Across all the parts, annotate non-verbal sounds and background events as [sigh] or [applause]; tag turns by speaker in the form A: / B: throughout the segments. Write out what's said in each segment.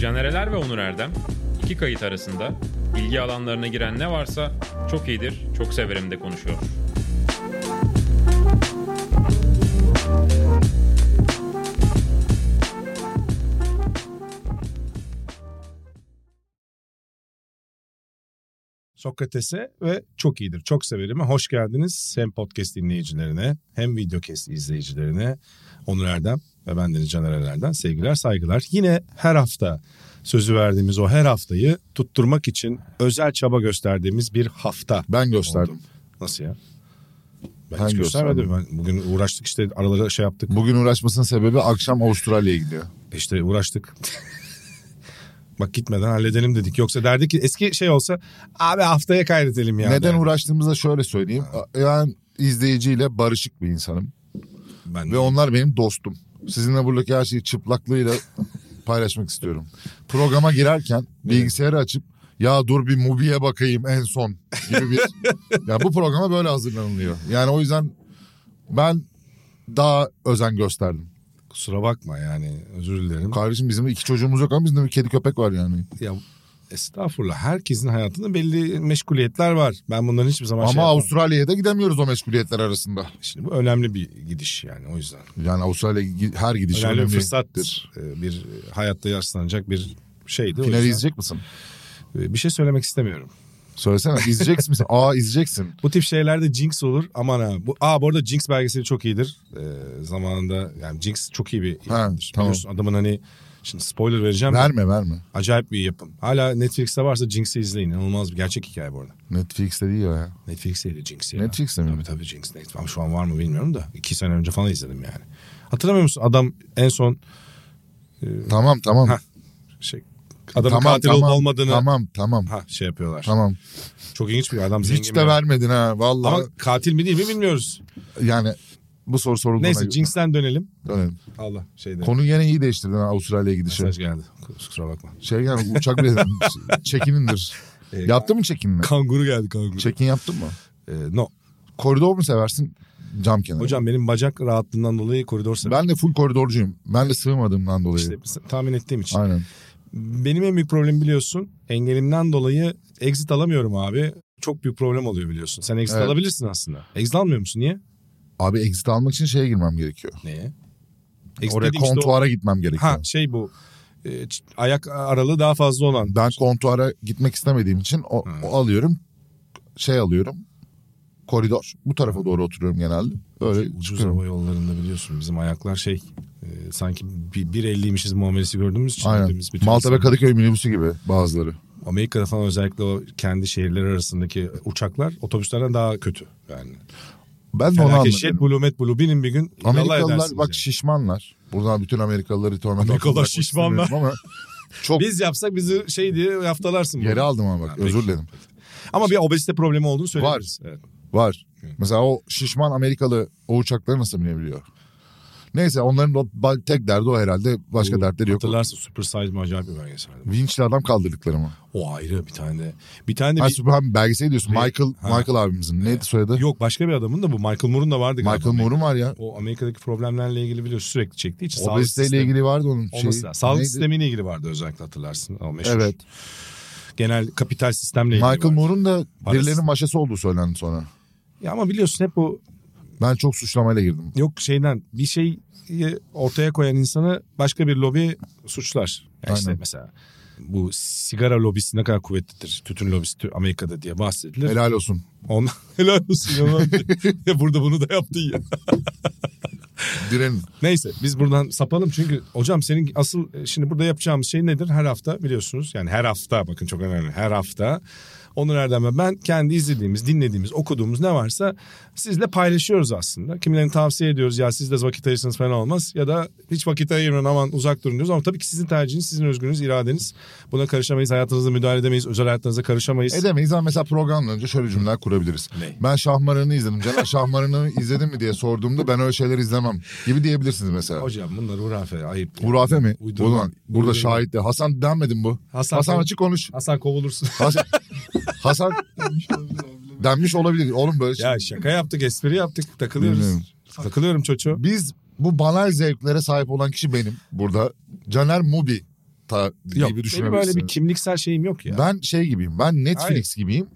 A: Caner Eler ve Onur Erdem iki kayıt arasında ilgi alanlarına giren ne varsa çok iyidir, çok severim de konuşuyor.
B: Sokrates'e ve çok iyidir. Çok severim'e hoş geldiniz. Hem podcast dinleyicilerine hem videocast izleyicilerine Onur Erdem ve bendeniz Caner Erer'den sevgiler saygılar. Yine her hafta sözü verdiğimiz o her haftayı tutturmak için özel çaba gösterdiğimiz bir hafta.
C: Ben gösterdim.
B: Nasıl ya? Ben hiç
C: Hangi
B: göstermedim. Ben bugün uğraştık işte aralara şey yaptık.
C: Bugün uğraşmasının sebebi akşam Avustralya'ya gidiyor.
B: İşte uğraştık. [laughs] Bak gitmeden halledelim dedik. Yoksa derdik ki eski şey olsa abi haftaya kaydedelim yani.
C: Neden uğraştığımızı da şöyle söyleyeyim. Ben izleyiciyle barışık bir insanım.
B: Ben
C: Ve onlar benim dostum. Sizinle buradaki her şeyi çıplaklığıyla [laughs] paylaşmak istiyorum. Programa girerken bilgisayarı açıp ya dur bir Mubi'ye bakayım en son gibi bir... ya bu programa böyle hazırlanılıyor. Yani o yüzden ben daha özen gösterdim.
B: Kusura bakma yani özür dilerim.
C: Kardeşim bizim iki çocuğumuz yok ama bizim de bir kedi köpek var yani.
B: Ya estağfurullah herkesin hayatında belli meşguliyetler var. Ben bunların hiçbir zaman şey
C: ama
B: yapmam.
C: Avustralya'ya da gidemiyoruz o meşguliyetler arasında.
B: Şimdi bu önemli bir gidiş yani o yüzden.
C: Yani Avustralya gi- her gidiş
B: önemli
C: önemli.
B: bir fırsattır. Ee, Bir hayatta yaslanacak bir şeydi. o
C: Finali
B: yüzden.
C: izleyecek misin?
B: Ee, Bir şey söylemek istemiyorum.
C: Söylesene izleyeceksin misin? Aa izleyeceksin.
B: Bu tip şeylerde Jinx olur. Aman ha. Bu, aa bu arada Jinx belgeseli çok iyidir. Ee, zamanında yani Jinx çok iyi bir
C: Ha,
B: yapımdır.
C: tamam.
B: Biliyorsun adamın hani şimdi spoiler vereceğim.
C: Verme verme.
B: Acayip bir yapım. Hala Netflix'te varsa Jinx'i izleyin. İnanılmaz bir gerçek hikaye bu arada.
C: Netflix'te değil o ya.
B: Netflix'teydi Jinx ya.
C: Netflix'te mi?
B: Tabii tabii Jinx. Netflix. Ama şu an var mı bilmiyorum da. iki sene önce falan izledim yani. Hatırlamıyor musun? Adam en son
C: Tamam tamam.
B: Ha, şey adamın
C: tamam,
B: katil olup olmadığını
C: Tamam tamam.
B: ha, şey yapıyorlar.
C: Tamam.
B: Çok ilginç bir adam. zengin
C: Hiç
B: bir
C: de
B: adam.
C: vermedin ha vallahi.
B: Ama katil mi değil mi bilmiyoruz.
C: Yani bu soru sorulduğuna
B: Neyse
C: göre-
B: Jinx'ten dönelim.
C: Dönelim.
B: Allah şeyde.
C: Konuyu yine iyi değiştirdin ha, Avustralya'ya gidişi.
B: Mesaj geldi. Kusura bakma.
C: Şey yani uçak
B: [laughs]
C: bileti çekinindir.
B: Ee,
C: Yaptın mı çekinini?
B: Kanguru geldi kanguru.
C: Çekin yaptın mı?
B: Ee, no.
C: Koridor mu seversin? Cam kenarı.
B: Hocam benim bacak rahatlığından dolayı koridor sebebi.
C: ben de full koridorcuyum. Ben de sığmadığımdan dolayı.
B: İşte tahmin ettiğim için.
C: Aynen.
B: Benim en büyük problemim biliyorsun. Engelimden dolayı exit alamıyorum abi. Çok büyük problem oluyor biliyorsun. Sen exit
C: Evet.
B: alabilirsin aslında. Exit almıyor musun? Niye?
C: Abi exit almak için şeye girmem gerekiyor.
B: Neye? Exit
C: Oraya
B: dediğim işte o-
C: kontuara gitmem gerekiyor.
B: Ha şey bu. E, ç- ayak aralığı daha fazla olan.
C: Ben kontuara gitmek istemediğim için o,
B: Şey- Ha.
C: o alıyorum. Şey alıyorum. Koridor. Bu tarafa doğru oturuyorum genelde. Böyle
B: Şey, Ucuz
C: çıkıyorum.
B: hava yollarında biliyorsun bizim ayaklar şey e, sanki bir, bir elliymişiz muamelesi gördüğümüz için.
C: Aynen.
B: hepimiz bütün
C: Malta ve
B: insanlar-
C: Kadıköy minibüsü gibi bazıları.
B: Amerika'da falan özellikle o kendi şehirler arasındaki uçaklar otobüslerden daha kötü. Yani.
C: Ben de onu
B: Felaket şey, şet
C: anladım.
B: bulumet bulu binin bir gün yallah
C: Amerikalılar
B: edersiniz
C: bak
B: yani.
C: şişmanlar. Buradan bütün Amerikalıları tornat altına
B: Amerikalılar
C: bırakmak
B: şişmanlar.
C: istemiyorum
B: [laughs]
C: Ama çok
B: Biz yapsak bizi şey diye yaftalarsın. bunu.
C: geri aldım ama
B: Ha,
C: bak
B: peki.
C: özür dilerim.
B: Ama bir obezite problemi olduğunu söyleyebiliriz. Evet.
C: Var. Mesela o şişman Amerikalı o uçakları nasıl binebiliyor? Neyse onların o ba- tek derdi o herhalde. Başka
B: Bu
C: dertleri yok.
B: Hatırlarsın Super Size mi acayip bir belgeseldi.
C: Vinçli adam kaldırdıkları mı?
B: O ayrı bir tane de. Bir tane de
C: Ha,
B: bir-
C: Superman belgeseli diyorsun.
B: Ne?
C: Michael
B: Ha.
C: Michael abimizin. Neydi soyadı?
B: yok başka bir adamın da bu Michael Moore'un da vardı galiba.
C: Michael Moore'un var ya.
B: O Amerika'daki problemlerle ilgili biliyor sürekli çektiği için. sağlık
C: Obeziteyle
B: sistemi-
C: ilgili vardı onun
B: Olması
C: şeyi.
B: lazım. Sağlık
C: Neydi?
B: sistemiyle ilgili vardı özellikle hatırlarsın. O meşhur.
C: Evet.
B: Genel kapital sistemle ilgili.
C: Michael
B: vardı.
C: Moore'un da
B: Parası.
C: birilerinin maşası olduğu söylendi sonra.
B: Ya ama biliyorsun hep bu
C: Ben çok suçlamayla girdim.
B: yok şeyden bir şeyi ortaya koyan insanı başka bir lobi suçlar. Yani işte
C: Aynen.
B: mesela bu sigara lobisi ne kadar kuvvetlidir. Tütün lobisi tü- Amerika'da diye bahsedilir.
C: Helal olsun.
B: Ondan [laughs] helal olsun ya. lan. ya burada bunu da yaptın ya.
C: Direnin.
B: Neyse biz buradan sapalım çünkü hocam senin asıl e, şimdi burada yapacağımız şey nedir? Her hafta biliyorsunuz yani her hafta bakın çok önemli her hafta Onur Erdem ve ben kendi izlediğimiz, dinlediğimiz, okuduğumuz ne varsa sizle paylaşıyoruz aslında. Kimilerini tavsiye ediyoruz ya siz de vakit ayırsanız fena olmaz ya da hiç vakit ayırmayın aman uzak durun diyoruz. Ama tabii ki sizin tercihiniz, sizin özgürlüğünüz, iradeniz. Buna karışamayız, hayatınıza müdahale edemeyiz, özel hayatınıza karışamayız.
C: Edemeyiz ama mesela programdan önce şöyle cümleler kurabiliriz.
B: Ne?
C: Ben Şahmaran'ı izledim. Caner Şahmaran'ı izledin mi diye sorduğumda ben öyle şeyler izlemem gibi diyebilirsiniz mesela.
B: hocam bunlar hurafe, ayıp.
C: Hurafe mi?
B: Uydurma.
C: Ulan, burada
B: Uydurma.
C: şahit de. Hasan denmedin bu.
B: Hasan-
C: Hasan, açık konuş.
B: Hasan kovulursun. [laughs]
C: Hasan, Hasan denmiş olabilir. Oğlum böyle şey-
B: ya şaka yaptık, espri yaptık, takılıyoruz.
C: Bilmiyorum.
B: Takılıyorum çocuğu.
C: Biz bu banal zevklere sahip olan kişi benim burada. Caner Mubi ta
B: Yok,
C: gibi
B: benim öyle bir
C: düşünebilirsin.
B: kimliksel şeyim yok ya. Ben,
C: Ben şey gibiyim. Ben Netflix gibiyim.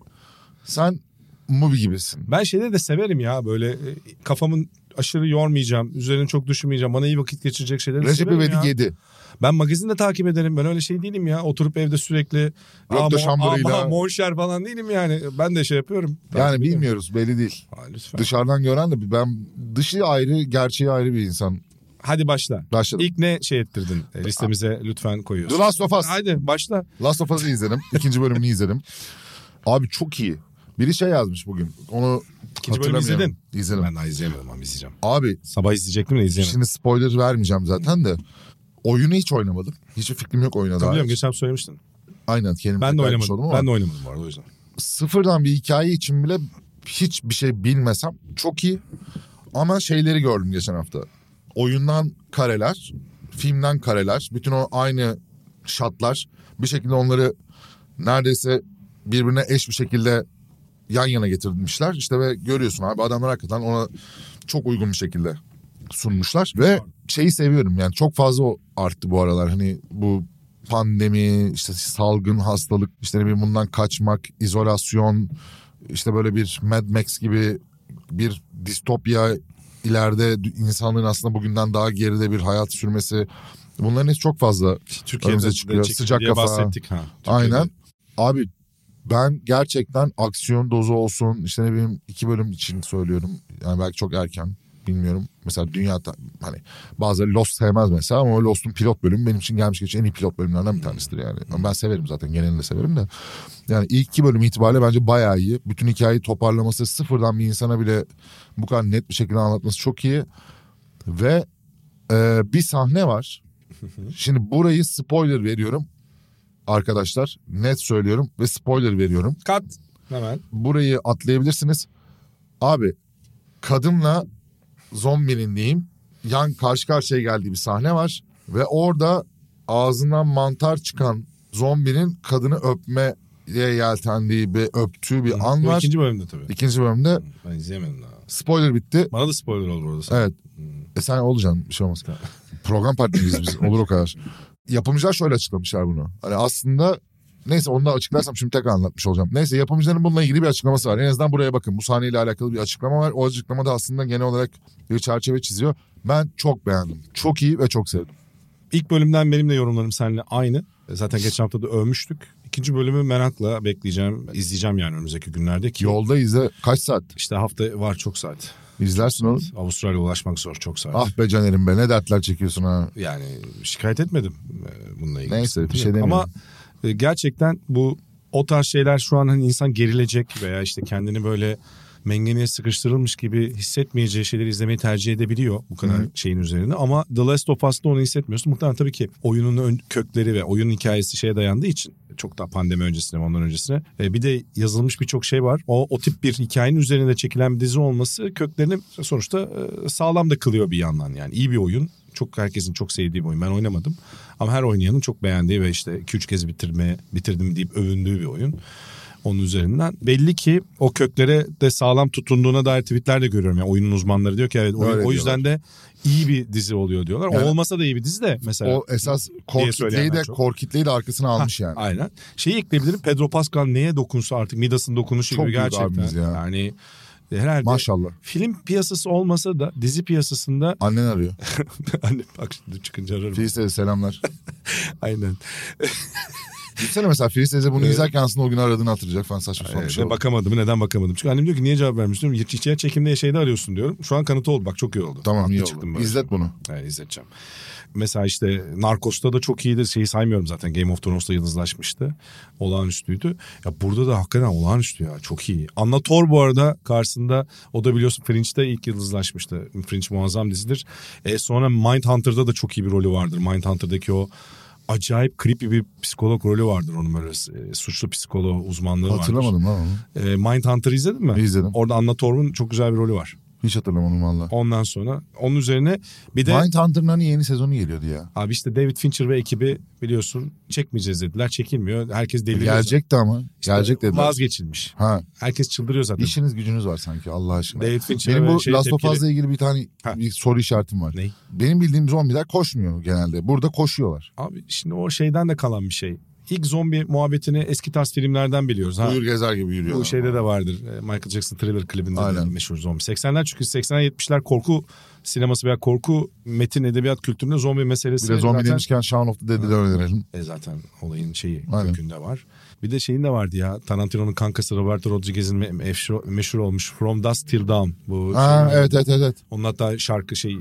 C: Sen Mubi gibisin.
B: şeyleri de severim ya böyle e, kafamın aşırı yormayacağım, üzerine çok düşünmeyeceğim, bana iyi vakit geçirecek şeyleri de
C: Recep
B: severim ya.
C: İvedik 7.
B: Ben magazin de takip ederim. Ben öyle şey değilim ya. Oturup evde sürekli
C: Radyo
B: Mon- [laughs]
C: şambarıyla."
B: aa, Monşer falan değilim yani. Ben de şey yapıyorum.
C: Yani
B: Takip ediyorum.
C: bilmiyoruz belli değil.
B: Aa, lütfen.
C: Dışarıdan gören de ben dışı ayrı gerçeği ayrı bir insan.
B: Hadi başla.
C: Başladım.
B: İlk ne şey ettirdin e, listemize lütfen koyuyorsun.
C: The Last of Us.
B: Hadi başla.
C: Last of Us'ı
B: [laughs]
C: izledim. İkinci bölümünü izledim. Abi çok iyi. Biri şey yazmış bugün. Onu
B: İkinci bölümü
C: hatırlamıyorum.
B: izledin.
C: İzledim.
B: Ben daha izleyemedim ama izleyeceğim.
C: Abi
B: Sabah izleyecektim de izleyemedim.
C: şimdi spoiler vermeyeceğim zaten de. Oyunu hiç oynamadım. Hiç fikrim yok oyuna dair.
B: Biliyorum geçen söylemiştin.
C: Aynen kendim
B: Ben de
C: tekrar
B: oynamadım.
C: etmiş oldum ama
B: Ben de oynamadım bu arada o yüzden.
C: sıfırdan bir hikaye için bile hiçbir şey bilmesem çok iyi. Ama şeyleri gördüm geçen hafta. Oyundan kareler, filmden kareler, bütün o aynı şatlar bir şekilde onları neredeyse birbirine eş bir şekilde yan yana getirmişler. İşte ve görüyorsun abi adamlar hakikaten ona çok uygun bir şekilde sunmuşlar. Ve şeyi seviyorum yani çok fazla o arttı bu aralar. Hani bu pandemi, işte salgın, hastalık, işte ne bileyim bundan kaçmak, izolasyon, işte böyle bir Mad Max gibi bir distopya ileride insanların aslında bugünden daha geride bir hayat sürmesi. Bunların hepsi çok fazla Önümüze
B: de
C: çıkıyor.
B: çekildi
C: Sıcak
B: diye
C: kafa.
B: bahsettik ha. Türkiye'de.
C: Aynen. Abi ben gerçekten aksiyon dozu olsun işte ne bileyim iki bölüm için söylüyorum. Yani belki çok erken bilmiyorum. Mesela dünyada hani bazıları Lost sevmez mesela ama o Lost'un pilot bölümü benim için gelmiş geçen en iyi pilot bölümlerden bir tanesidir yani. Ama ben severim zaten genelinde severim de. Yani ilk iki bölüm itibariyle bence bayağı iyi. Bütün hikayeyi toparlaması sıfırdan bir insana bile bu kadar net bir şekilde anlatması çok iyi. Ve e, bir sahne var. Şimdi burayı spoiler veriyorum arkadaşlar. Net söylüyorum ve spoiler veriyorum.
B: Kat. Hemen.
C: Burayı atlayabilirsiniz. Abi kadınla zombinin diyeyim yan karşı karşıya geldiği bir sahne var. Ve orada ağzından mantar çıkan zombinin kadını öpmeye yeltendiği bir öptüğü bir an
B: Bu
C: var.
B: ikinci bölümde tabii.
C: İkinci bölümde
B: Ben izleyemedim daha.
C: spoiler bitti.
B: Bana da spoiler oldu orada.
C: Evet. E sen olacaksın bir şey olmaz. Program partneriyiz biz olur o kadar. Yapımcılar şöyle açıklamışlar bunu. Hani aslında neyse onu da açıklarsam şimdi tekrar anlatmış olacağım. Neyse yapımcıların bununla ilgili bir açıklaması var. En azından buraya bakın bu sahneyle alakalı bir açıklama var. O açıklamada aslında genel olarak bir çerçeve çiziyor. Ben çok beğendim. Çok iyi ve çok sevdim.
B: İlk bölümden benim de yorumlarım seninle aynı. E, Zaten geçen hafta da övmüştük. İkinci bölümü merakla bekleyeceğim. izleyeceğim yani önümüzdeki günlerde ki.
C: Yolda izle kaç saat
B: İşte hafta var çok saat.
C: izlersin oğlum.
B: Avustralya ulaşmak zor çok saat.
C: Ah be Caner'im be ne dertler çekiyorsun ha.
B: Yani şikayet etmedim e, bununla ilgili.
C: Neyse,
B: Sıkıntı
C: bir şey
B: yok.
C: demiyorum.
B: Ama e, gerçekten bu o tarz şeyler şu an hani insan gerilecek veya işte kendini böyle mengeneye sıkıştırılmış gibi hissetmeyeceği şeyleri izlemeyi tercih edebiliyor bu kadar şeyin üzerine. Ama The Last of Us'ta onu hissetmiyorsun. Muhtemelen tabii ki oyunun ön- kökleri ve oyun hikayesi şeye dayandığı için çok daha pandemi öncesine ve ondan öncesine. E, bir de yazılmış birçok şey var. O, o tip bir hikayenin üzerinde çekilen bir dizi olması köklerini sonuçta e, sağlam da kılıyor bir yandan yani. iyi bir oyun çok herkesin çok sevdiği bir oyun. Ben oynamadım. Ama her oynayanın çok beğendiği ve işte 2-3 kez bitirme, bitirdim deyip övündüğü bir oyun. Onun üzerinden. Belli ki o köklere de sağlam tutunduğuna dair tweetler de görüyorum. Yani oyunun uzmanları diyor ki evet oyun-
C: Öyle
B: o yüzden de iyi bir dizi oluyor diyorlar.
C: Yani-
B: o olmasa da iyi bir dizi de mesela.
C: O esas kor
B: Diye
C: kitleyi
B: söyleyenler
C: de,
B: çok.
C: kor kitleyi de arkasına almış yani.
B: Aynen. Şeyi ekleyebilirim. Pedro Pascal neye dokunsa artık Midas'ın dokunuşu
C: Çok
B: gibi
C: büyük
B: gerçekten.
C: abimiz ya.
B: Yani e, herhalde
C: Maşallah.
B: film piyasası olmasa da dizi piyasasında [laughs]
C: Annen arıyor.
B: anne bak şimdi çıkınca ararım.
C: Filiz selamlar.
B: Aynen.
C: Gitsene mesela Filiz teyze bunu
B: Evet.
C: izlerken aslında o gün aradığını hatırlayacak falan saçma sapan bir şey
B: Ee,
C: oldu.
B: bakamadım. Neden bakamadım? Çünkü annem diyor ki niye cevap vermiyorsun? diyorum. "Hiç- hiç- çekimde şeyde arıyorsun diyorum. Şu an kanıtı oldu. Bak çok iyi oldu.
C: Tamam
B: Haklı
C: iyi
B: çıktım
C: oldu.
B: böyle.
C: İzlet bunu.
B: Yani Ee, izleteceğim. Mesela işte Narcos'ta da çok iyiydi. Şeyi saymıyorum zaten. Game of Thrones'ta yıldızlaşmıştı. Olağanüstüydü. Ya burada da hakikaten olağanüstü ya. Çok iyi. Anna Thor bu arada karşısında o da biliyorsun Fringe'de ilk yıldızlaşmıştı. Fringe muazzam dizidir. E, sonra Mindhunter'da da çok iyi bir rolü vardır. Mindhunter'daki o acayip creepy bir psikolog rolü vardır onun böyle e, suçlu psikoloğu uzmanlığı vardır.
C: Hatırlamadım lan onu.
B: E, Mindhunter'ı izledin mi?
C: İzledim.
B: Orada Anna Torv'un çok güzel bir rolü var.
C: Hiç hatırlamadım valla.
B: Ondan sonra onun üzerine bir de
C: Mindhunter'ın hani yeni sezonu geliyordu ya.
B: abi işte David Fincher ve ekibi biliyorsun çekmeyeceğiz dediler. Çekilmiyor. Herkes deliriyor. zaten.
C: Gelecekti ama.
B: İşte
C: Gelecek dediler.
B: Vazgeçilmiş.
C: Ha,
B: Herkes çıldırıyor zaten.
C: işiniz gücünüz var sanki Allah aşkına.
B: David Fincher
C: Benim
B: ve
C: bu
B: şey
C: Last of
B: tepkili-
C: Us'la ilgili bir tane
B: Ha.
C: bir soru işaretim var.
B: Ney?
C: Benim bildiğim zombiler koşmuyor genelde. Burada koşuyorlar.
B: Abi şimdi o şeyden de kalan bir şey. İlk zombi muhabbetini eski tarz filmlerden biliyoruz. Ha?
C: Buyur gezer gibi yürüyorlar.
B: Bu şeyde de vardır. Ee, Michael Jackson thriller klibinde de
C: Aynen.
B: meşhur zombi. 80'ler çünkü 80'ler 70'ler korku sineması veya korku metin edebiyat kültüründe zombi meselesi.
C: Bir de zombi
B: zaten,
C: demişken Shaun of the Dead'i de önerelim.
B: E, zaten olayın şeyi
C: Aynen.
B: kökünde var. Bir de şeyin de vardı ya Tarantino'nun kankası Roberto Rodriguez'in me- meşhur, meşhur olmuş From Dust Till Dawn. Bu
C: Ha,
B: şey-
C: evet evet evet. evet.
B: Onun hatta şarkı şey e,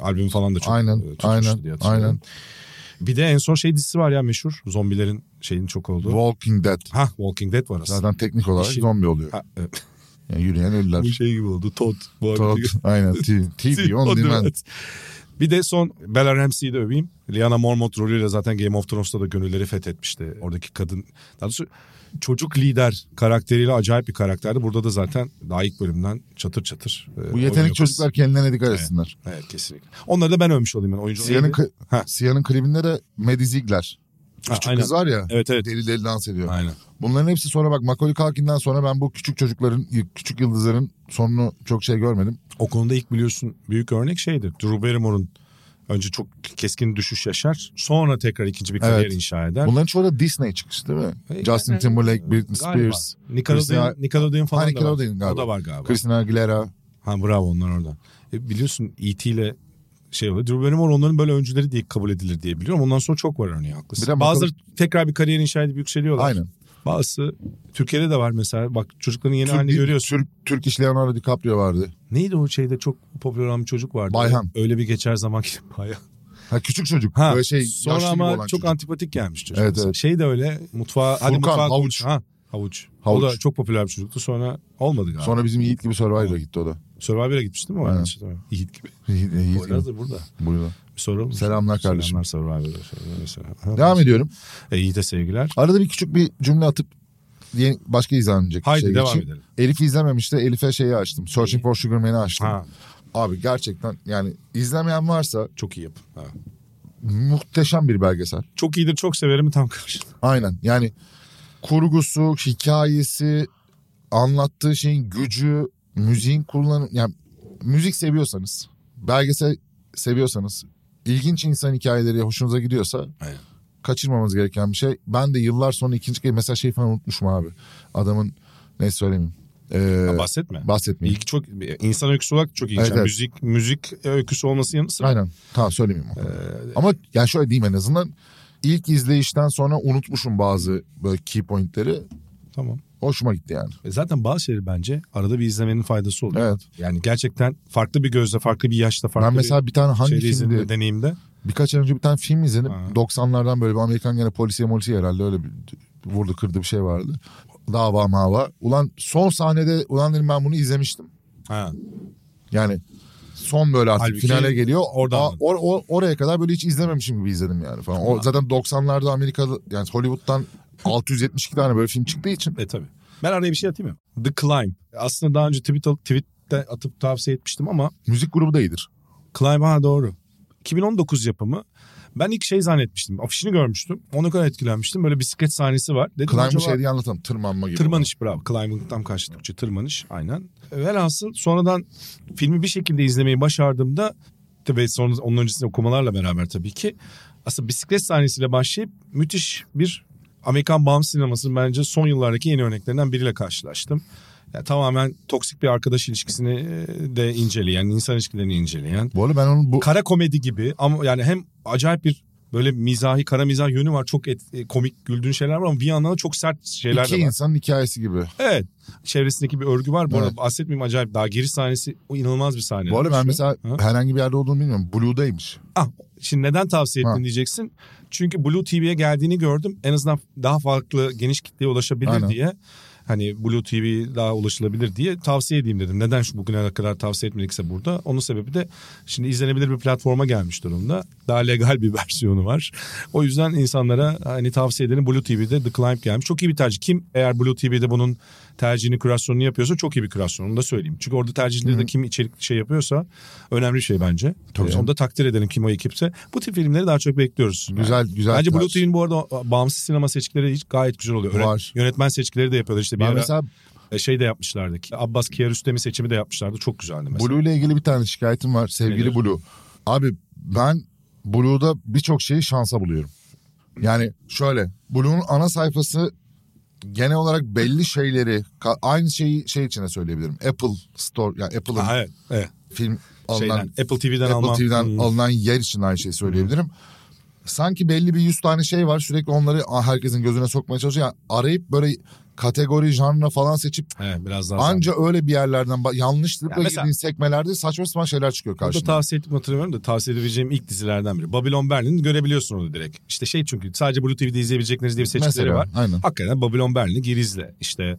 B: albüm falan da çok
C: Aynen,
B: e, tutmuştu
C: aynen,
B: diye hatırlıyorum.
C: aynen.
B: Bir de en son şey dizisi var ya meşhur. Zombilerin şeyin çok olduğu.
C: Walking Dead.
B: ha Walking Dead var aslında.
C: Zaten teknik olarak
B: İşi-
C: zombi oluyor.
B: Ha, e,
C: Yani yürüyen
B: [laughs]
C: ölüler.
B: bu şey gibi oldu. Todd. Bu
C: Todd,
B: [laughs]
C: aynen. T- TV on demand.
B: Bir de son Bella Ramsey'i de öveyim. Liana Mormont rolüyle zaten Game of Thrones'ta da gönülleri fethetmişti. Oradaki kadın. Daha doğrusu çocuk lider karakteriyle acayip bir karakterdi. Burada da zaten daha ilk bölümden çatır çatır. e,
C: Bu
B: oynuyor
C: yetenek
B: kız.
C: çocuklar kendilerine dikkat etsinler.
B: Evet kesinlikle. Onları da ben övmüş olayım. Yani. Oyuncu
C: Sia'nın,
B: neydi?
C: kı-
B: Ha.
C: Sia'nın klibinde de Maddie Ziegler.
B: Ha,
C: Küçük
B: aynen.
C: kız var ya.
B: Evet evet.
C: Deli deli dans ediyor.
B: Aynen.
C: Bunların hepsi sonra bak Macaulay Culkin'den sonra ben bu küçük çocukların, küçük yıldızların sonunu çok şey görmedim.
B: O konuda ilk biliyorsun büyük örnek şeydir. Drew Barrymore'un önce çok keskin düşüş yaşar. Sonra tekrar ikinci bir kariyer
C: Evet.
B: inşa eder.
C: Bunların çoğu da Disney çıkışı değil mi?
B: E,
C: Justin
B: yani-
C: Timberlake, Britney
B: Galiba.
C: Spears,
B: Nickelodeon,
C: Christina-
B: Nickelodeon falan
C: Ha,
B: da var.
C: Nickelodeon galiba.
B: O da var galiba.
C: Christina Aguilera.
B: Ha bravo onlar orada. E, biliyorsun E.T. ile şey oluyor. Drew Barrymore onların böyle öncüleri diye kabul edilir diye biliyorum. Ondan sonra çok var örneği haklısın.
C: Bir de
B: Bazıları tekrar bir kariyer inşa edip yükseliyorlar.
C: Aynen.
B: Bazısı Türkiye'de de var mesela. Bak çocukların yeni
C: Türk,
B: halini görüyorsun.
C: Türk, Türk iş Leonardo DiCaprio vardı.
B: Neydi o şeyde çok popüler olan bir çocuk vardı.
C: Bayhan.
B: Öyle bir geçer zaman ki [laughs] Bayhan.
C: Ha küçük çocuk.
B: Ha,
C: Böyle şey
B: sonra
C: yaşlı gibi olan
B: ama çok
C: çocuk.
B: antipatik gelmiş çocuk.
C: Evet, evet.
B: Şey de öyle mutfağa hadi
C: Furkan,
B: mutfağa
C: Havuç.
B: Ha, havuç.
C: Havuç.
B: O da çok popüler bir çocuktu. Sonra olmadı galiba.
C: Sonra bizim Yiğit gibi Survivor'a gitti o da.
B: Survivor'a gitmiş değil mi? o?
C: Aynen.
B: Yanlış hatırlamıyorum. Yiğit gibi.
C: Yiğit, Yiğit gibi.
B: Poyraz da burada.
C: Buyurun.
B: Bir soralım. mı?
C: Selamlar
B: Selamlar
C: kardeşim.
B: Survivor'a. Selamlar, selamlar.
C: Devam ediyorum.
B: E, Yiğit'e sevgiler.
C: Arada bir küçük bir cümle atıp yeni, başka izlenecek
B: Haydi
C: şey
B: devam
C: geçeyim.
B: edelim.
C: Elif izlememiş de Elif'e şeyi açtım. Searching for Sugar Man'i açtım.
B: Ha,
C: Abi gerçekten yani izlemeyen varsa
B: çok iyi yap. Ha.
C: muhteşem bir belgesel.
B: Çok iyidir çok severim tam karşılığı.
C: Aynen yani kurgusu, hikayesi, anlattığı şeyin gücü, müziğin kullanım... Yani müzik seviyorsanız, belgesel seviyorsanız, ilginç insan hikayeleri hoşunuza gidiyorsa
B: Aynen.
C: kaçırmamamız gereken bir şey. Ben de yıllar sonra ikinci kez mesela şey falan unutmuşum abi. Adamın ne söyleyeyim. Ee,
B: Bahsetme.
C: bahsetmeyeyim.
B: İlk çok insan öyküsü olarak çok iyi.
C: Evet,
B: Yani
C: evet.
B: Müzik müzik öyküsü olması yanı sıra.
C: Aynen. Tamam söylemeyeyim. o kadar. Ama yani şöyle diyeyim en azından. ilk izleyişten sonra unutmuşum bazı böyle key pointleri.
B: Tamam.
C: Hoşuma gitti yani.
B: E, Zaten bazı şeyleri bence arada bir izlemenin faydası oluyor.
C: Evet.
B: Yani gerçekten farklı bir gözle, farklı bir yaşta, farklı
C: ben mesela bir, tane
B: bir
C: hangi
B: şeyde
C: filmdi?
B: izlediğimde, deneyimde.
C: Birkaç ay önce bir tane film izledim.
B: Ha.
C: 90'lardan böyle bir Amerikan gene polisiye molisiye herhalde öyle bir vurdu kırdı bir şey vardı. Dava mava. Ulan son sahnede ulan dedim ben bunu izlemiştim.
B: Ha.
C: Yani son böyle artık
B: Halbuki
C: finale geliyor.
B: oradan
C: Aa,
B: mı?
C: or- or- oraya kadar böyle hiç izlememişim gibi izledim yani falan. O, zaten 90'larda Amerika'da yani Hollywood'dan 672 tane böyle film çıktığı için
B: E tabii. Ben araya bir şey atayım mı? The Climb. Aslında daha önce tweet alıp tweette atıp tavsiye etmiştim ama
C: müzik grubu da iyidir.
B: Climb ha doğru. 2019 yapımı. Ben ilk şey zannetmiştim. Afişini görmüştüm. Ona kadar etkilenmiştim. Böyle bisiklet sahnesi var. Dedim
C: Climb'ın
B: acaba-
C: şey diye anlatalım tırmanma gibi.
B: Tırmanış bravo. Climbing tam karşı Türkçe tırmanış aynen. Velhasıl sonradan filmi bir şekilde izlemeyi başardığımda ve sonra onun öncesinde okumalarla beraber tabii ki aslında bisiklet sahnesiyle başlayıp müthiş bir Amerikan bağımsız sinemasının bence son yıllardaki yeni örneklerinden biriyle karşılaştım. Yani tamamen toksik bir arkadaş ilişkisini e, de inceleyen, insan ilişkilerini inceleyen
C: Bu arada ben onun bu
B: kara komedi gibi ama yani hem acayip bir böyle mizahi kara mizah yönü var. Çok et- e, komik güldüğün şeyler var ama bir yandan da çok sert şeyler
C: iki
B: de var.
C: insanın hikayesi gibi.
B: Evet. Çevresindeki bir örgü var. Bu
C: Evet.
B: arada bahsetmeyeyim acayip. Daha giriş sahnesi o inanılmaz bir sahne.
C: Bu arada ben
B: Şu-
C: mesela
B: Ha?
C: herhangi bir yerde olduğunu bilmiyorum. Blue'daymış.
B: Ah, şimdi neden tavsiye ettin
C: Ha.
B: diyeceksin. Çünkü Blue TV'ye geldiğini gördüm. En azından daha farklı geniş kitleye ulaşabilir
C: Aynen.
B: diye. Hani Blue TV daha ulaşılabilir diye tavsiye edeyim dedim. Neden şu bugüne kadar tavsiye etmedikse burada? Onun sebebi de şimdi izlenebilir bir platforma gelmiş durumda. Daha legal bir [laughs] versiyonu var. O yüzden insanlara hani tavsiye edelim Blue TV'de The Climb gelmiş. Çok iyi bir tercih. Kim eğer Blue TV'de bunun tercihini, kürasyonunu yapıyorsa çok iyi bir kürasyon. Onu da söyleyeyim. Çünkü orada tercihleri de kim içerik şey yapıyorsa önemli bir şey bence.
C: Tabii
B: Ee,
C: canım.
B: Onu da takdir edelim kim o ekipse. Bu tip filmleri daha çok bekliyoruz.
C: Güzel güzel.
B: Bence Blue
C: tarz.
B: Team'in bu arada bağımsız sinema seçkileri hiç gayet güzel oluyor. Öğren-
C: Var.
B: Yönetmen seçkileri de yapıyorlar işte bir
C: Ben
B: ara
C: mesela
B: e, şey de yapmışlardı. Ki- Abbas Kiarostami seçimi de yapmışlardı. Çok güzeldi mesela.
C: Blue ile ilgili bir tane şikayetim var. Sevgili
B: Nedir?
C: Blue. Abi ben Blue'da birçok şeyi şansa buluyorum. Yani şöyle Blue'nun ana sayfası genel olarak belli şeyleri ka- aynı şeyi şey içine söyleyebilirim. Apple Store yani Apple'ın
B: Ha, evet. evet.
C: film alınan
B: Şeyden, Apple TV'den
C: Apple
B: alma.
C: TV'den
B: Hmm.
C: alınan yer için aynı şeyi söyleyebilirim. Sanki belli bir 100 tane şey var. Sürekli onları herkesin gözüne sokmaya çalışıyor. Yani arayıp böyle kategori, janra falan seçip
B: Evet, biraz daha
C: Anca öyle bir yerlerden ba- yanlışlıkla
B: Ya mesela-
C: girdiğin sekmelerde saçma sapan şeyler çıkıyor
B: Burada
C: karşına.
B: tavsiye ettim hatırlamıyorum da tavsiye edebileceğim ilk dizilerden biri. Babylon Berlin'i görebiliyorsun orada direkt. İşte şey çünkü sadece Blue TV'de izleyebilecekleriniz diye bir seçkileri
C: Mesela,
B: var.
C: aynen.
B: Hakikaten Babylon Berlin'i gir izle. İşte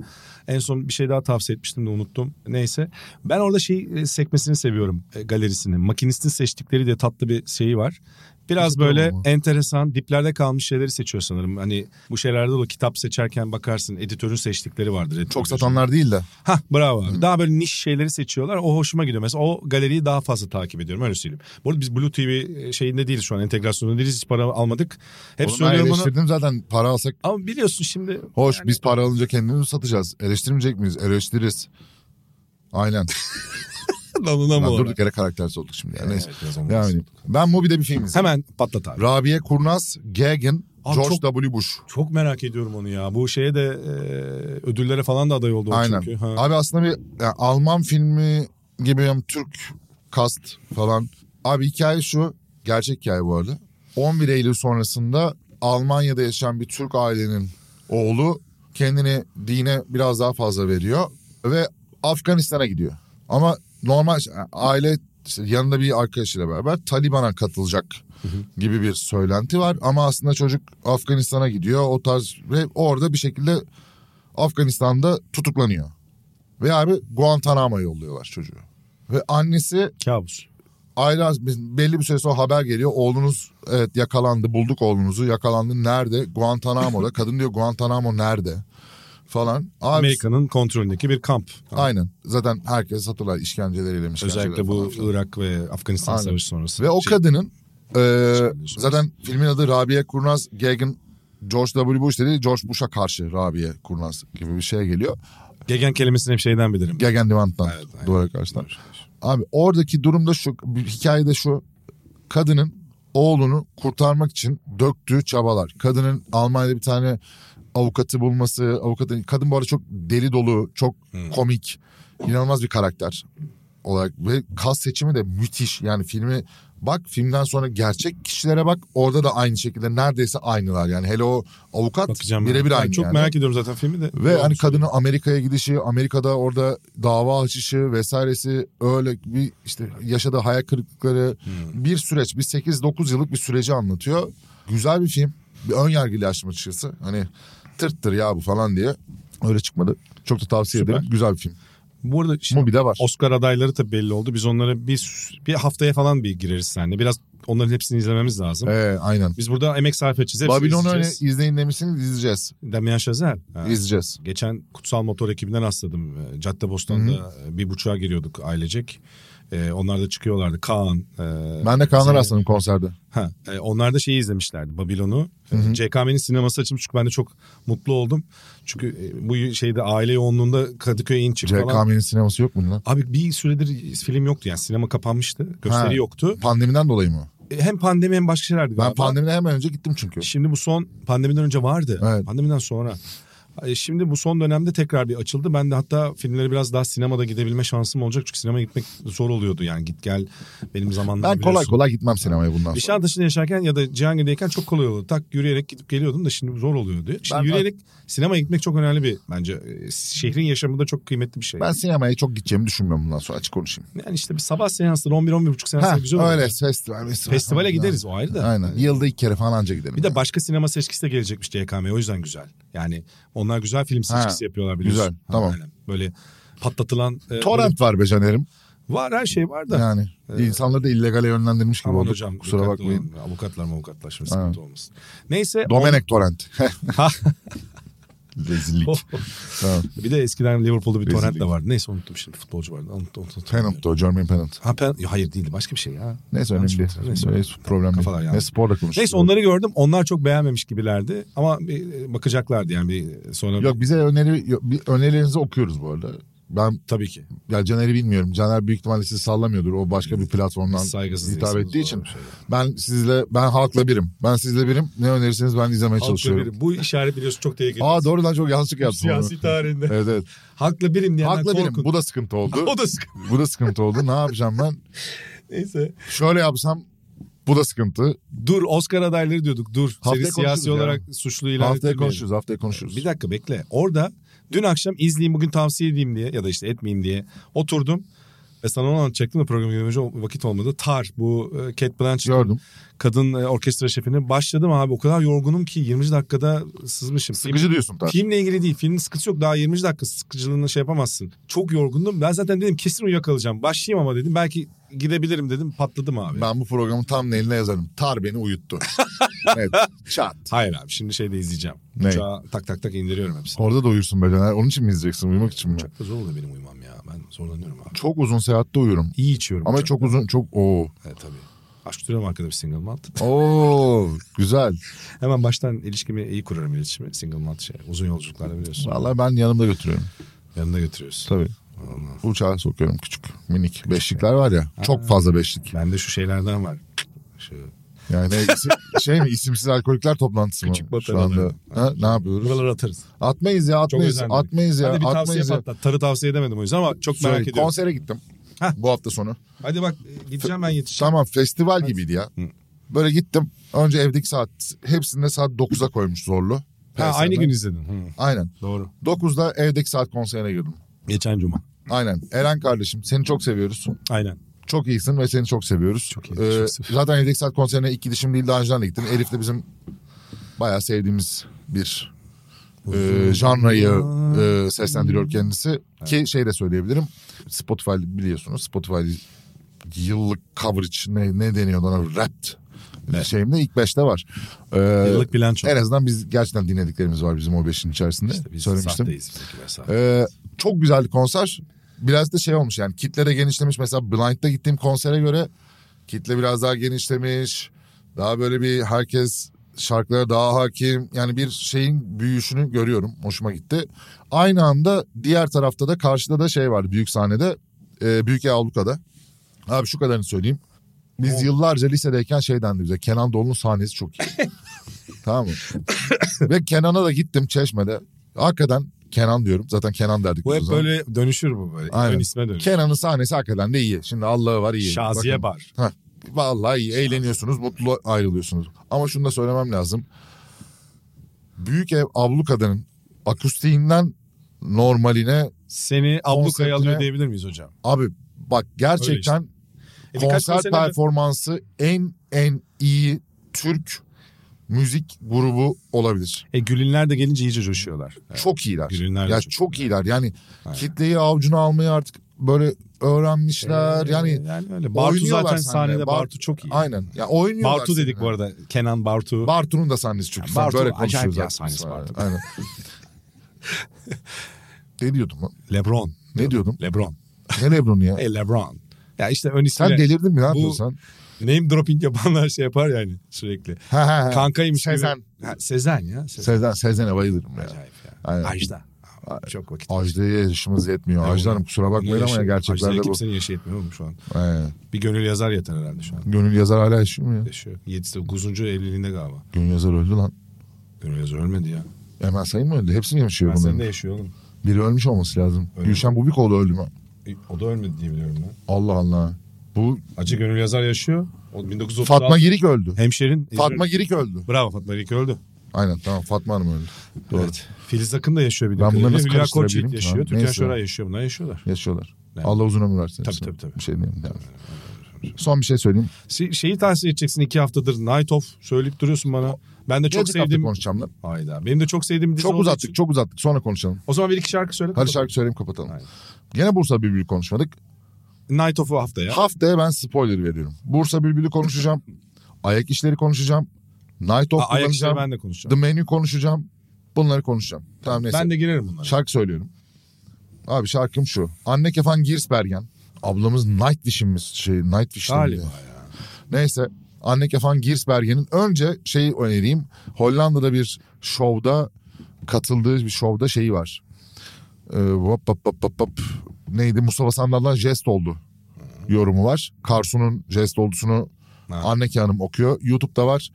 B: en son bir şey daha tavsiye etmiştim de unuttum. Neyse. Ben orada şey e, sekmesini seviyorum e, galerisinin. Makinistin seçtikleri diye tatlı bir şeyi var. Biraz
C: Güzel
B: böyle
C: ama.
B: enteresan diplerde kalmış şeyleri seçiyor sanırım. Hani bu şeylerde de o kitap seçerken bakarsın editörün seçtikleri vardır.
C: Çok satanlar değil de.
B: Hah bravo abi. Daha böyle niş şeyleri seçiyorlar. O hoşuma gidiyor. Mesela o galeriyi daha fazla takip ediyorum öyle söyleyeyim. Bu arada biz Blue TV şeyinde değiliz şu an entegrasyonunda değiliz. Hiç para almadık. Hep
C: Onu ben
B: söylüyorum bunu.
C: eleştirdim zaten para alsak.
B: Ama biliyorsun şimdi [laughs]
C: Hoş biz para alınca kendimizi satacağız. Eleştirmeyecek miyiz? Eleştiririz. Aynen.
B: [laughs] dalına
C: Lan
B: mı
C: durduk yere karaktersiz olduk şimdi. Yani. Neyse.
B: biraz olmaz.
C: Yani ben Mubi'de bir film izledim.
B: Hemen patlat abi.
C: Rabia Kurnaz, Gagan,
B: Abi
C: George
B: çok-
C: W. Bush.
B: Çok merak ediyorum onu ya. Bu şeye de e, ödüllere falan da aday oldu o
C: Aynen.
B: çünkü. Ha.
C: Abi aslında bir yani Alman filmi gibi hem Türk kast falan. Abi hikaye şu. Gerçek hikaye bu arada. 11 Eylül sonrasında Almanya'da yaşayan bir Türk ailenin oğlu kendini dine biraz daha fazla veriyor ve Afganistan'a gidiyor. Ama normal yani aile işte yanında bir arkadaşıyla beraber Taliban'a katılacak gibi bir söylenti var ama aslında çocuk Afganistan'a gidiyor o tarz ve orada bir şekilde Afganistan'da tutuklanıyor. Ve abi Guantanamo'ya yolluyorlar çocuğu. Ve annesi
B: Kabus.
C: ayrı belli bir süre sonra haber geliyor. Oğlunuz evet yakalandı bulduk oğlunuzu yakalandı nerede?
B: [laughs]
C: Guantanamo'da. Kadın diyor Guantanamo nerede? Falan. Abi,
B: Amerika'nın kontrolündeki bir kamp.
C: Aynen. Zaten herkes hatırlar işkenceleriyle işkenceleri
B: Özellikle
C: falan
B: bu
C: filan.
B: Irak ve Afganistan
C: Aynen.
B: savaşı sonrası.
C: Ve o
B: Şey-
C: kadının e,
B: Çıkarıyorsun.
C: zaten filmin adı Rabia Kurnaz Gagan George W. Bush dedi. George Bush'a karşı Rabia Kurnaz gibi bir şey geliyor.
B: Gegen kelimesini hep şeyden bilirim.
C: Gegen Divant'tan
B: Evet, aynen.
C: duvara karşıdan. Abi oradaki durumda şu hikayede şu kadının oğlunu kurtarmak için döktüğü çabalar. Kadının Almanya'da bir tane avukatı bulması, avukatın kadın bu arada çok deli dolu, çok komik, inanılmaz bir karakter olarak ve kas seçimi de müthiş. Yani filmi bak filmden sonra gerçek kişilere bak orada da aynı şekilde neredeyse aynılar. Yani hele o avukat
B: Bakacağım. ben.
C: birebir
B: Ben
C: aynı
B: Çok
C: yani.
B: merak ediyorum zaten filmi de.
C: Ve hani kadının Amerika'ya gidişi, Amerika'da orada dava açışı vesairesi öyle bir işte yaşadığı hayal kırıklıkları
B: Hmm.
C: bir süreç, bir 8-9 yıllık bir süreci anlatıyor. Güzel bir film. Bir ön yargıyla açtım açıkçası. Hani tırttır ya bu falan diye. Öyle çıkmadı. Çok da tavsiye
B: Süper. Şey
C: ederim. Güzel bir film.
B: Bu arada şimdi
C: Mubi'de var.
B: Oscar adayları tabii belli oldu. Biz onlara bir bir haftaya falan bir gireriz seninle. Biraz onların hepsini izlememiz lazım.
C: Ee, aynen. Biz
B: Biz burada emek sarf edeceğiz. Hepsini
C: Babilon'u hani öyle
B: izleyeceğiz.
C: izleyin demişsiniz izleyeceğiz.
B: Damien Chazelle. Ha.
C: İzleyeceğiz.
B: Geçen Kutsal Motor ekibinden rastladım. Ee, Caddebostan'da e, bir buçuğa giriyorduk ailecek. Ee, onlar da çıkıyorlardı. Kaan. e,
C: Ben de Kaan'a
B: sen-
C: rastladım konserde.
B: Ha, e, onlar da şeyi izlemişlerdi Babilon'u. E, CKM'nin sineması açılmış çünkü ben de çok mutlu oldum. Çünkü e, bu şeyde aile yoğunluğunda Kadıköy'e in çık falan.
C: CKM'nin sineması yok mu lan?
B: Abi bir süredir film yoktu yani sinema kapanmıştı. Gösteri
C: Ha.
B: yoktu.
C: Pandemiden dolayı mı?
B: E, Hem pandemi hem başka şeylerdi
C: Ben
B: galiba.
C: pandemiden hemen önce gittim çünkü.
B: Şimdi bu son pandemiden önce vardı.
C: Evet.
B: Pandemiden sonra. E, Şimdi bu son dönemde tekrar bir açıldı. Ben de hatta filmlere biraz daha sinemada gidebilme şansım olacak. Çünkü sinemaya gitmek zor oluyordu yani git gel benim zamanlarım
C: Ben kolay kolay gitmem sinemaya bundan sonra.
B: Nişantaşı'nda yaşarken ya da Cihangir'deyken çok kolay oluyordu. Tak yürüyerek gidip geliyordum da şimdi zor oluyordu. Şimdi
C: Ben-
B: yürüyerek sinemaya gitmek çok önemli bir bence. e, Şehrin yaşamında çok kıymetli bir şey.
C: Ben sinemaya çok gideceğimi düşünmüyorum bundan sonra açık konuşayım.
B: Yani işte bir sabah seansları 11-11.30
C: Ha,
B: seansları güzel oluyor.
C: öyle festival. mesela.
B: Festivale
C: Aynen.
B: gideriz o ayrı da.
C: Aynen. Yılda iki kere falan anca giderim.
B: Bir
C: yani.
B: de başka sinema seçkisi de gelecekmiş CKM o yüzden güzel. Yani onlar güzel film seçkisi
C: Ha,
B: yapıyorlar biliyorsun.
C: güzel, tamam.
B: aynen. Böyle patlatılan... e,
C: Torrent var be Caner'im.
B: böyle- var her şey var da.
C: Yani insanları da illegale yönlendirmiş gibi
B: Aman
C: olduk.
B: hocam
C: Kusura
B: dikkatli
C: bakmayın.
B: [laughs] olun. Avukatlar mı avukatlar şimdi sıkıntı olmasın. Neyse
C: Domenek Torrent. Rezillik.
B: [laughs]
C: tamam.
B: Bir de eskiden Liverpool'da bir torrent de
C: Rezillik.
B: vardı. Neyse unuttum şimdi futbolcu vardı. Unuttum, unuttum.
C: Pennant o. Jermaine Pennant.
B: Ha, pen... Yo, hayır değildi başka bir şey ya.
C: Neyse önemli
B: Yanlış
C: değil.
B: hatırladım.
C: Neyse,
B: Neyse.
C: problem
B: Kafalar
C: değil.
B: yandı.
C: Ne sporla konuştuk.
B: Neyse onları gördüm. Onlar çok beğenmemiş gibilerdi. Ama bir e, bakacaklardı yani bir e, sonra.
C: Yok bize öneri yok, bir önerilerinizi okuyoruz bu arada. Ben
B: Tabii ki.
C: ya Caner'i bilmiyorum. Caner büyük ihtimalle sizi sallamıyordur. O başka bir platformdan
B: Saygısız
C: hitap
B: insanız
C: ettiği
B: olan
C: için.
B: bir şey.
C: Ben sizle ben halkla birim. Ben sizle birim. Ne önerirseniz ben izlemeye
B: Halkla
C: çalışıyorum.
B: birim. Bu işaret biliyorsun çok tehlikeli.
C: Aa doğru lan çok yanlışlık yaptım.
B: Siyasi
C: onu.
B: tarihinde.
C: Evet evet.
B: Haklı birim diyenden
C: Halkla birim.
B: korkun.
C: Bu da sıkıntı oldu.
B: [laughs] O da sıkıntı.
C: bu da sıkıntı oldu. Ne yapacağım ben?
B: Neyse.
C: Şöyle yapsam bu da sıkıntı.
B: Dur Oscar adayları diyorduk. Dur.
C: Haftaya
B: Seni siyasi
C: konuşuruz ya.
B: olarak suçlu ilan
C: haftaya
B: ettirmeyelim.
C: konuşuruz. Haftaya konuşuruz.
B: Bir dakika bekle. Orada dün akşam izleyeyim bugün tavsiye edeyim diye ya da işte etmeyeyim diye oturdum. Ve sana onu anlatacaktım da programı önce vakit olmadı. Tar bu e, Kate Blanchett
C: Gördüm.
B: kadın e, orkestra şefini başladım abi o kadar yorgunum ki 20. dakikada sızmışım.
C: Sıkıcı diyorsun tabii.
B: Filmle ilgili değil. Filmin sıkıntısı yok. Daha 20 dakika sıkıcılığını şey yapamazsın. Çok yorgundum. Ben zaten dedim kesin uyuyakalacağım. Başlayayım ama dedim. Belki gidebilirim dedim. Patladım abi.
C: Ben bu programın tam neline yazarım. Tar
B: [laughs]
C: beni uyuttu. evet. Çat.
B: Hayır abi şimdi şeyde izleyeceğim.
C: Ne?
B: Uçağı tak tak tak indiriyorum hepsini.
C: Orada da uyursun be Caner. Onun için mi izleyeceksin? Uyumak için mi?
B: Uçakta zor oluyor benim uyumam ya. Ben zorlanıyorum abi.
C: Çok uzun seyahatte uyurum.
B: İyi içiyorum.
C: Ama
B: uçakta.
C: çok uzun çok oo.
B: He, tabii. Aşk tutuyorum arkada bir single malt. [laughs]
C: Oo güzel.
B: Hemen baştan ilişkimi iyi kurarım iletişimi. Single malt şey. Uzun yolculuklarda biliyorsun.
C: Vallahi ben yanımda götürüyorum.
B: Yanında götürüyorsun.
C: Tabii. Uçağa sokuyorum küçük minik beşlikler var ya. Çok fazla beşlik.
B: Bende şu şeylerden var. Şu [laughs]
C: Yani isi- şey mi isimsiz alkolikler toplantısı mı?
B: Küçük
C: Şu anda.
B: bataryalar.
C: Ha, ne yapıyoruz?
B: buraları atarız.
C: Atmayız ya atmayız.
B: özendim.
C: Atmayız ya
B: Hadi bir tavsiye
C: atmayız ya. Şey,
B: patlat. Tarı tavsiye edemedim o yüzden ama çok merak
C: Söyle,
B: ediyorum.
C: konsere gittim.
B: Hah.
C: Bu hafta sonu.
B: Hadi bak e, gideceğim ben yetişeceğim.
C: Tamam festival gibiydi ya. Böyle gittim. Önce evdeki saat hepsinde saat 9'a koymuş zorlu.
B: Ha,
C: PSM.
B: aynı gün izledin. Hı,
C: Aynen.
B: doğru.
C: 9'da evdeki saat konserine girdim.
B: Geçen cuma.
C: Aynen. Eren kardeşim seni çok seviyoruz.
B: Aynen.
C: Çok iyisin ve seni çok seviyoruz. Ee,
B: Çok iyi, teşekkür
C: zaten evdeki saat konserine ilk gidişim değil daha önceden de gittim. Elif de bizim bayağı sevdiğimiz bir e, janrayı e, seslendiriyor kendisi. Ki şey de söyleyebilirim. Spotify biliyorsunuz Spotify yıllık coverage ne, ne deniyor ona rap şeyimde ilk beşte var. E,
B: Yıllık bilanço.
C: en azından biz gerçekten dinlediklerimiz var bizim o beşin içerisinde.
B: İşte biz
C: Söylemiştim.
B: sahteyiz bizdekiler sahte.
C: Ee, çok güzel bir konser. Biraz da şey olmuş yani kitle de genişlemiş. Mesela Blind'da gittiğim konsere göre kitle biraz daha genişlemiş. Daha böyle bir herkes şarkılara daha hakim. Yani bir şeyin büyüyüşünü görüyorum. Hoşuma gitti. Aynı anda diğer tarafta da karşıda da şey vardı büyük sahnede. e, büyük Ev Avluka'da. Abi şu kadarını söyleyeyim. Biz yıllarca lisedeyken şey dendi bize. Kenan Doğulu'nun sahnesi çok iyi.
B: [laughs]
C: tamam mı? Ve Kenan'a da gittim Çeşme'de. Hakikaten Kenan diyorum. Zaten Kenan derdik.
B: Bu
C: biz
B: hep
C: o zaman.
B: böyle dönüşür bu böyle.
C: Aynen.
B: Ön isme dönüşür.
C: Kenan'ın sahnesi hakikaten de iyi. Şimdi Allah'ı var iyi.
B: Şaziye
C: Bakın.
B: Bar.
C: Heh, vallahi iyi. Eğleniyorsunuz, mutlu ayrılıyorsunuz. Ama şunu da söylemem lazım. Büyük ev Abluka'nın akustiğinden normaline
B: Seni ablukaya
C: Konseptine-
B: alıyor diyebilir miyiz hocam?
C: abi bak gerçekten
B: E, birkaç
C: konser
B: konserine-
C: performansı en en iyi Türk müzik grubu olabilir.
B: E, Gülinler de gelince iyice coşuyorlar.
C: Çok iyiler.
B: Gülinler de
C: ya
B: çok
C: çok, iyiler. Yani kitleyi avucuna almayı artık böyle öğrenmişler.
B: E,
C: yani
B: yani öyle. Bartu
C: oynuyorlar
B: zaten
C: seninle.
B: sahnede
C: Bart-
B: Bartu çok iyi.
C: Aynen. Ya oynuyorlar.
B: Bartu dedik bu arada. Kenan Bartu.
C: Bartu'nun da sahnesi çok
B: Ya
C: güzel.
B: Bartu
C: Böyle
B: acayip
C: konuşuyoruz.
B: ya
C: artık
B: sahnesi
C: biz.
B: Bartu. [laughs]
C: Aynen. ne diyordum lan?
B: Lebron.
C: Ne diyordum?
B: Lebron.
C: Ne
B: [laughs]
C: Lebron'u ya?
B: E Lebron. Ya işte ön
C: Sen
B: ismiyle
C: delirdin mi? Ne
B: Bu-
C: yapıyorsun sen?
B: name dropping yapanlar şey yapar yani sürekli.
C: Ha, ha, ha.
B: Kankaymış
C: Sezen.
B: gibi. Ha, Sezen ya. Sezen.
C: Sezen, Sezen'e bayılırım ya.
B: Acayip ya.
C: Aynen.
B: Ajda. Çok vakit.
C: Ajda'ya yaşımız yetmiyor. Ajda Hanım kusura bakmayın ama ya gerçeklerde
B: Ajda'yı
C: bu.
B: kimsenin yaşı yetmiyor oğlum şu an.
C: Aynen.
B: Bir gönül yazar yeter herhalde şu an.
C: Gönül yazar hala yaşıyor mu ya?
B: Yaşıyor. 9. evliliğinde galiba.
C: Gönül yazar öldü lan.
B: Gönül yazar ölmedi ya.
C: Emel Sayın mı öldü? Hepsini yaşıyor
B: Ben senin
C: bunların.
B: de yaşıyor oğlum.
C: Biri ölmüş olması lazım.
B: Öyle.
C: Gülşen Bubikoğlu öldü mü?
B: E, O da ölmedi diye biliyorum ben.
C: Allah Allah. Bu
B: Acı Gönül Yazar yaşıyor. O 1936.
C: Fatma Girik öldü.
B: Hemşerin. İzmir-
C: Fatma Girik öldü.
B: Bravo Fatma Girik öldü.
C: Aynen tamam Fatma Hanım öldü. Doğru.
B: Evet. Filiz Akın da yaşıyor bir de.
C: Ben bunları nasıl
B: Hülya Koçyiğit
C: karıştırabilirim ki
B: yaşıyor.
C: lan?
B: Türkan
C: Neyse.
B: Şoray yaşıyor. Bunlar yaşıyorlar.
C: Yaşıyorlar.
B: Evet.
C: Allah uzun ömür versin.
B: Tabii,
C: hepsine.
B: tabii, tabii.
C: Bir şey diyeyim. Tamam. Son bir şey söyleyeyim.
B: Se- Şeyi tavsiye edeceksin iki haftadır. Night Of söyleyip duruyorsun bana. Ben de çok
C: Gelecek hafta
B: sevdiğim...
C: konuşacağım lan.
B: Hayda. Benim de çok sevdiğim bir dizi
C: Çok
B: olduğu
C: uzattık
B: için-
C: çok uzattık sonra konuşalım.
B: O zaman bir iki şarkı söyle.
C: Hadi
B: kapatalım.
C: şarkı söyleyeyim kapatalım.
B: Aynen.
C: Gene Bursa Bülbül'ü konuşmadık.
B: Night Of'u haftaya.
C: Haftaya ben spoiler veriyorum. Bursa Bülbül'ü konuşacağım. ayak işleri konuşacağım. Night of
B: Aa, Ayak işleri
C: kullanacağım.
B: ben de
C: The
B: konuşacağım.
C: Menu konuşacağım. Bunları konuşacağım. Tamam neyse.
B: Ben de girerim bunlara.
C: Şarkı söylüyorum. Abi şarkım şu. Anne Kefan Girsbergen. Ablamız Night Vision'mış. Şey, Night Vision
B: Galiba
C: diye. Neyse. Anne Kefan Girsbergen'in önce şeyi önereyim. Hollanda'da bir şovda katıldığı bir şovda şeyi var. Ee, hop, hop, hop, hop, hop. Neydi? Mustafa Sandal'dan jest oldu yorumu var. Karsu'nun jest oldusunu
B: Ha.
C: Anneke Hanım okuyor. YouTube'da var.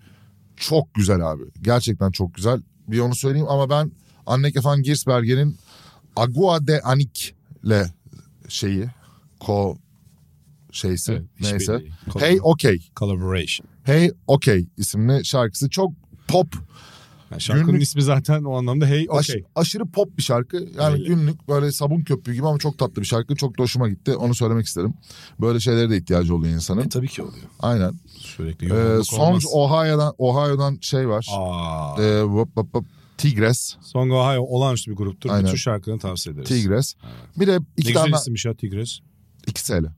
C: Çok güzel abi. Gerçekten çok güzel. Bir onu söyleyeyim ama ben Anneke van Giersberger'in Agua de Anik'le şeyi ko şeysi
B: Evet,
C: neyse.
B: işbirliği.
C: Hey Okey.
B: Collaboration.
C: Hey Okey isimli şarkısı çok pop
B: Yani şarkının
C: Günlük-
B: ismi zaten o anlamda hey
C: Aş-
B: okey.
C: aşırı pop bir şarkı. Yani
B: Öyle.
C: günlük böyle sabun köpüğü gibi ama çok tatlı bir şarkı. Çok da hoşuma gitti. Onu söylemek isterim. Böyle şeylere de ihtiyacı oluyor insanın.
B: tabii ki oluyor.
C: Aynen.
B: Sürekli
C: Ee,
B: yoğunluk
C: Songs
B: olmaz.
C: Ohio'dan, Ohio'dan şey var.
B: Aa,
C: Ee, vop, vop, vop, Tigres.
B: Song Ohio olağanüstü bir gruptur.
C: Aynen.
B: Bütün şarkılarını tavsiye ederiz.
C: Tigres. Bir de
B: Ne
C: iki
B: güzel
C: tane
B: isimmiş ya Tigres.
C: iki sele.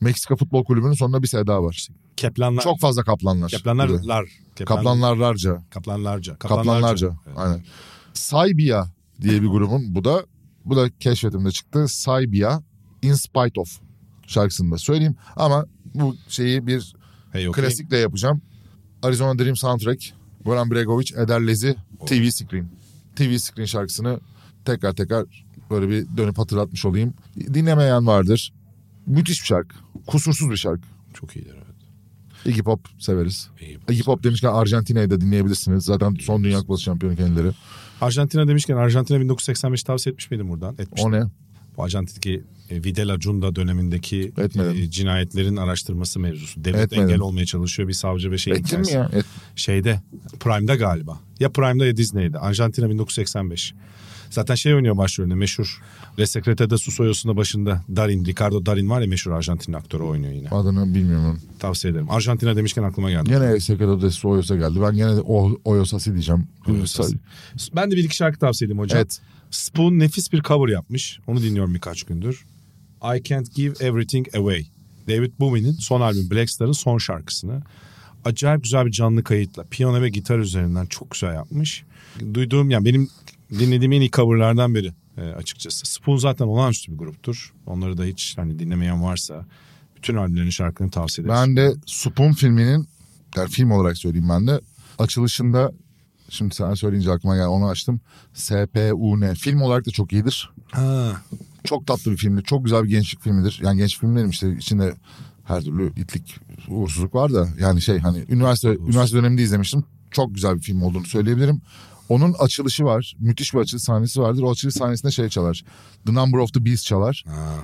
C: Meksika Futbol Kulübü'nün sonunda bir sele daha var.
B: Keplanlar.
C: Çok fazla kaplanlar. Bir de.
B: Kaplanlarlar. Keplan-
C: Kaplanlarlarca.
B: Kaplanlarca.
C: Kaplanlarca.
B: Evet.
C: Aynen. Saybia diye [laughs] bir grubun bu da bu da keşfetimde çıktı. Saybia In Spite Of şarkısını da söyleyeyim ama bu şeyi bir
B: Hey, okey.
C: klasikle yapacağım. Arizona Dream Soundtrack, Goran Bregovic, Eder Lezi, TV Screen. TV Screen şarkısını tekrar tekrar böyle bir dönüp hatırlatmış olayım. Dinlemeyen vardır. Müthiş bir şarkı. Kusursuz bir şarkı.
B: Çok iyidir evet.
C: Iggy Pop severiz.
B: İyi.
C: Iggy Pop demişken Arjantina'yı da dinleyebilirsiniz. Zaten son Dünya Kupası şampiyonu kendileri.
B: Arjantina demişken Arjantina 1985 tavsiye etmiş miydim buradan? Etmiş.
C: O ne?
B: Bu Arjantin'deki e, Videla Cunda dönemindeki
C: Etmedim.
B: e, cinayetlerin araştırması mevzusu. Devlet
C: Etmedim.
B: engel olmaya çalışıyor bir savcı ve şey
C: Ettin mi
B: hikayesi.
C: ya? Et,
B: Şeyde Prime'da galiba. Ya Prime'da ya Disney'de. Arjantina 1985. Zaten şey oynuyor başrolünde meşhur. Le Secrete de Sus Oyos'un da başında Darin, Ricardo Darin var ya meşhur Arjantin aktörü oynuyor yine.
C: adını bilmiyorum.
B: Tavsiye ederim. Arjantina demişken aklıma geldi.
C: Gene Sekredo de Soyos'a geldi. Ben gene de o, Oyosasi diyeceğim.
B: Oyosasi. Ben de bir iki şarkı tavsiye edeyim hocam.
C: Evet.
B: Spoon nefis bir cover yapmış. Onu dinliyorum birkaç gündür. I Can't Give Everything Away. David Bowie'nin son albüm Black Star'ın son şarkısını. Acayip güzel bir canlı kayıtla piyano ve gitar üzerinden çok güzel yapmış. Duyduğum yani benim dinlediğim en iyi coverlardan biri e, açıkçası. Spoon zaten olağanüstü bir gruptur. Onları da hiç hani dinlemeyen varsa bütün albümlerin şarkılarını tavsiye ederim.
C: Ben de Spoon filminin, yani film olarak söyleyeyim ben de. Açılışında, şimdi sen söyleyince aklıma geldi onu açtım. SPUN. Film olarak da çok iyidir.
B: Ha,
C: Çok tatlı bir filmdir. Çok güzel bir gençlik filmidir. Yani gençlik filmlerim işte içinde her türlü itlik, uğursuzluk var da. Yani şey hani üniversite üniversite döneminde izlemiştim. Çok güzel bir film olduğunu söyleyebilirim. Onun açılışı var. Müthiş bir açılış sahnesi vardır. O açılış sahnesinde şey çalar. The Number of the Beast çalar.
B: ha.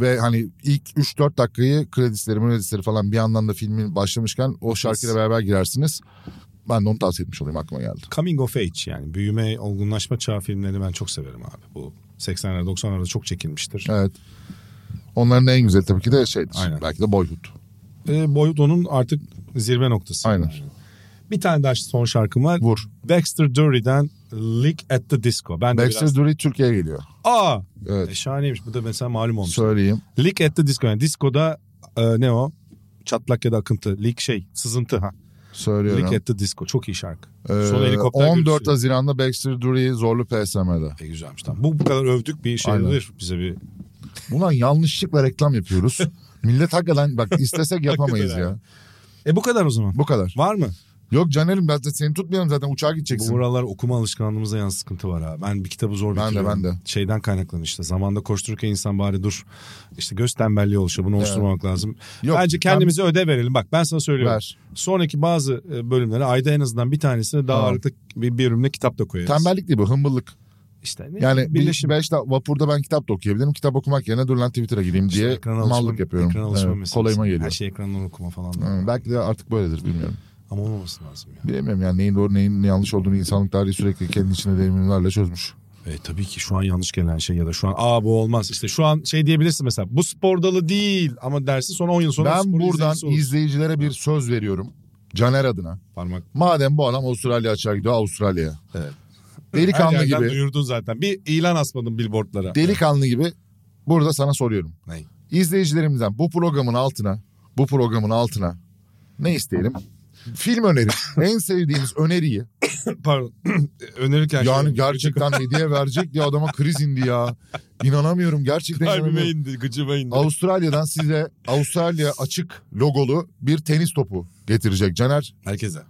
C: Ve hani ilk 3-4 dakikayı kredisleri, kredisleri falan bir yandan da filmin başlamışken o şarkıyla beraber girersiniz. Ben de onu tavsiye etmiş olayım aklıma geldi.
B: Coming of Age yani büyüme, olgunlaşma çağı filmlerini ben çok severim abi. Bu 80'ler 90'larda çok çekilmiştir.
C: Evet. Onların en güzeli tabii ki de şeydir.
B: Aynen.
C: Belki de Boyhood.
B: e, boyut onun artık zirve noktası.
C: Aynen.
B: Bir tane daha son şarkım var.
C: Vur.
B: Baxter Dury'den Lick at the Disco. Ben de biraz...
C: Backstreet Dury Türkiye'ye geliyor.
B: Aa!
C: Evet.
B: E, şahaneymiş. Bu da mesela malum olmuş.
C: Söyleyeyim.
B: Lick at the Disco. Yani diskoda e, ne o? Çatlak ya da akıntı. Lick şey. Sızıntı ha. Lick
C: Söylüyorum.
B: at the Disco. Çok iyi şarkı.
C: Ee,
B: Son helikopter
C: 14
B: görüntüsü.
C: Haziran'da Backstreet Dury zorlu PSM'de.
B: E, güzelmiş. Tamam. Bu, bu kadar övdük bir şey
C: Aynen.
B: olur bize bir.
C: Ulan yanlışlıkla
B: [laughs]
C: reklam yapıyoruz. Millet hakikaten bak istesek yapamayız
B: Hakikaten
C: ya.
B: E bu kadar o zaman.
C: Bu kadar.
B: Var mı?
C: Yok Caner'im ben de seni tutmayalım zaten uçağa
B: Bu
C: gideceksin.
B: buralar okuma alışkanlığımıza yan sıkıntı var ha. Ben bir kitabı zor
C: Ben de,
B: bitiriyorum.
C: ben de.
B: Şeyden kaynaklanıyor işte. Zamanda koştururken insan bari dur. İşte göz tembelliği oluşuyor. Bunu oluşturmamak lazım.
C: Yok,
B: Bence kendimize ödev verelim. Bak ben sana söylüyorum.
C: Ver.
B: Sonraki bazı e, bölümlere ayda en azından bir tanesini daha
C: Tamam.
B: ağırlıklı bir bir bölümle kitap da koyarız.
C: Tembellik değil bu hımbıllık.
B: İşte ne?
C: Yani
B: birleşim.
C: bir, beş, da- vapurda ben kitap da okuyabilirim. Kitap okumak yerine dur lan Twitter'a gireyim
B: İşte
C: diye
B: ekrana alışma-
C: mallık yapıyorum.
B: ekrana alışma
C: Evet,
B: meselesi.
C: kolayıma
B: Her
C: geliyor.
B: şey ekrandan okuma falan. da.
C: Hı, belki de artık böyledir bilmiyorum.
B: Ama olmaması lazım ya.
C: Bilemiyorum yani neyin doğru neyin yanlış olduğunu insanlık tarihi sürekli kendi içinde deneyimlerle çözmüş.
B: E, tabii ki şu an yanlış gelen şey ya da şu an aa bu olmaz. İşte şu an şey diyebilirsin mesela bu spor dalı değil ama dersin sonra 10 yıl sonra
C: ben
B: spor
C: buradan
B: izleyicisi olur.
C: izleyicilere bir söz veriyorum. Caner adına.
B: parmak
C: Madem bu adam Avustralya açar gidiyor Avustralya'ya.
B: Evet.
C: Delikanlı
B: Her yerden
C: gibi.
B: duyurdun zaten. Bir ilan asmadın billboardlara.
C: Delikanlı gibi burada sana soruyorum.
B: Ney? [clears throat]
C: İzleyicilerimizden bu programın altına bu programın altına ne isteyelim?
B: [laughs]
C: Film öneri. en sevdiğimiz öneriyi.
B: Pardon. [clears throat] Önerirken şey-
C: Yani
B: şöyle- [laughs]
C: gerçekten hediye verecek diye adama kriz indi ya. İnanamıyorum gerçekten
B: Kalbime
C: inanamıyorum.
B: indi, gıcıma indi.
C: Avustralya'dan size Avustralya açık logolu bir tenis topu getirecek Caner.
B: Herkese.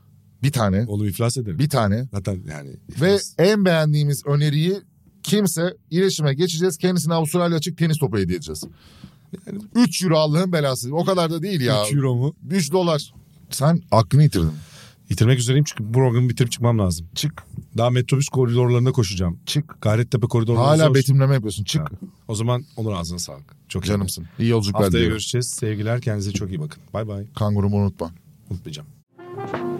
C: Bir tane.
B: Oğlum iflas ederim.
C: Bir tane.
B: Zaten yani.
C: Ve
B: iflas.
C: en beğendiğimiz öneriyi kimse iletişime geçeceğiz. Kendisine Avustralya açık tenis topu hediye edeceğiz. 3 euro Allah'ın belası. O kadar da değil ya.
B: Üç euro mu?
C: 3 dolar. Sen aklını yitirdin.
B: Yitirmek üzereyim çünkü bu programı bitirip çıkmam lazım.
C: Çık.
B: Daha metrobüs koridorlarında koşacağım.
C: Çık.
B: Gayrettepe koridorlarında
C: Hala
B: zor-
C: betimleme yapıyorsun. Çık.
B: Ha. O zaman Onur ağzına sağlık. Çok iyi.
C: Canımsın. İyi yolculuklar
B: Haftaya
C: diliyorum.
B: görüşeceğiz. Sevgiler kendinize çok iyi bakın. Bay bay.
C: Kangurumu unutma.
B: Unutmayacağım.